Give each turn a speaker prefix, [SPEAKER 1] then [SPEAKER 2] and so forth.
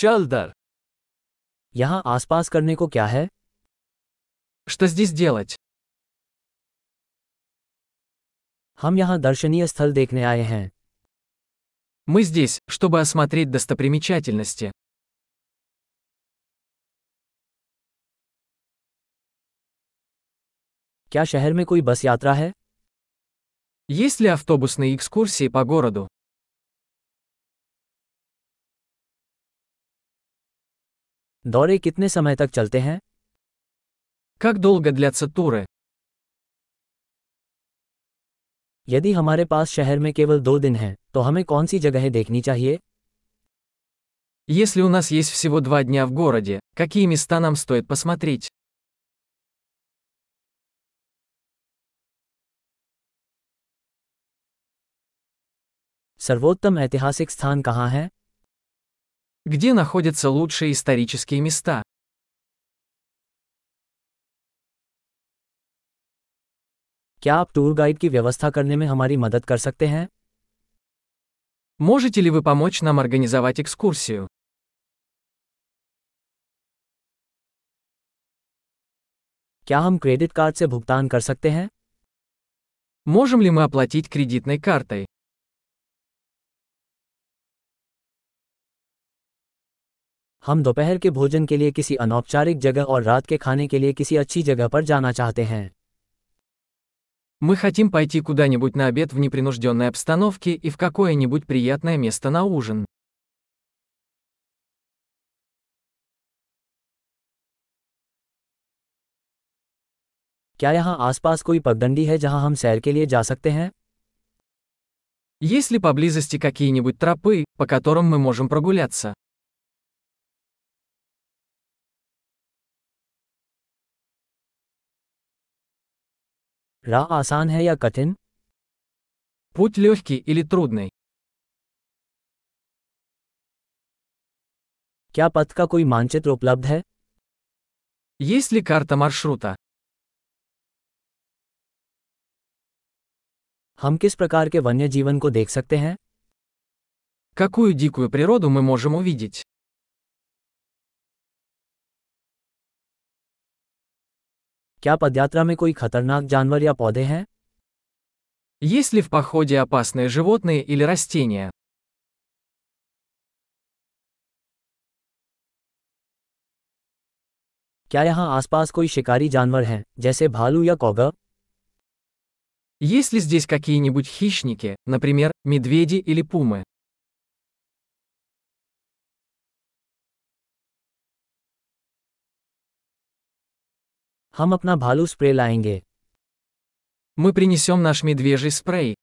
[SPEAKER 1] Чел дар.
[SPEAKER 2] यहाँ आसपास करने को क्या है
[SPEAKER 1] Что здесь делать?
[SPEAKER 2] हम यहाँ दर्शनीय स्थल देखने आए हैं
[SPEAKER 1] Мы здесь, чтобы осмотреть достопримечательности.
[SPEAKER 2] क्या शहर में कोई बस यात्रा है
[SPEAKER 1] Есть ли автобусные экскурсии по городу?
[SPEAKER 2] दौरे कितने समय तक चलते हैं
[SPEAKER 1] Как долго длятся туры?
[SPEAKER 2] यदि हमारे पास शहर में केवल दो दिन हैं तो हमें कौन सी जगहें देखनी चाहिए
[SPEAKER 1] Если у нас есть всего два дня в городе, какие места нам стоит посмотреть?
[SPEAKER 2] सर्वोत्तम ऐतिहासिक स्थान कहाँ है
[SPEAKER 1] Где находятся лучшие исторические места?
[SPEAKER 2] क्या आप टूर गाइड की व्यवस्था करने में हमारी मदद कर सकते हैं
[SPEAKER 1] Можете ли вы помочь нам организовать экскурсию?
[SPEAKER 2] क्या हम क्रेडिट कार्ड से भुगतान कर सकते हैं
[SPEAKER 1] Можем ли мы оплатить кредитной картой?
[SPEAKER 2] हम दोपहर के भोजन के लिए किसी अनौपचारिक जगह और रात के खाने के लिए किसी अच्छी जगह पर जाना चाहते हैं
[SPEAKER 1] Мы хотим пойти куда-нибудь на обед в непринужденной обстановке и в какое-нибудь приятное место на ужин.
[SPEAKER 2] क्या यहाँ आसपास कोई पगडंडी है जहाँ हम सैर के लिए जा सकते हैं
[SPEAKER 1] Есть ли поблизости какие-нибудь тропы, по которым мы можем прогуляться?
[SPEAKER 2] राह आसान है या कठिन
[SPEAKER 1] Путь легкий или трудный?
[SPEAKER 2] क्या पथ का कोई मानचित्र उपलब्ध है
[SPEAKER 1] Есть ли карта маршрута?
[SPEAKER 2] हम किस प्रकार के वन्य जीवन को देख सकते हैं
[SPEAKER 1] Какую дикую природу мы можем увидеть?
[SPEAKER 2] क्या पदयात्रा में कोई खतरनाक जानवर या पौधे हैं
[SPEAKER 1] Есть ли в походе опасные животные или растения?
[SPEAKER 2] क्या यहाँ आसपास कोई शिकारी जानवर हैं जैसे भालू या कौगा
[SPEAKER 1] Есть ли здесь какие-нибудь хищники, например, медведи или пумы?
[SPEAKER 2] हम अपना भालू स्प्रे लाएंगे
[SPEAKER 1] Мы принесем наш медвежий спрей.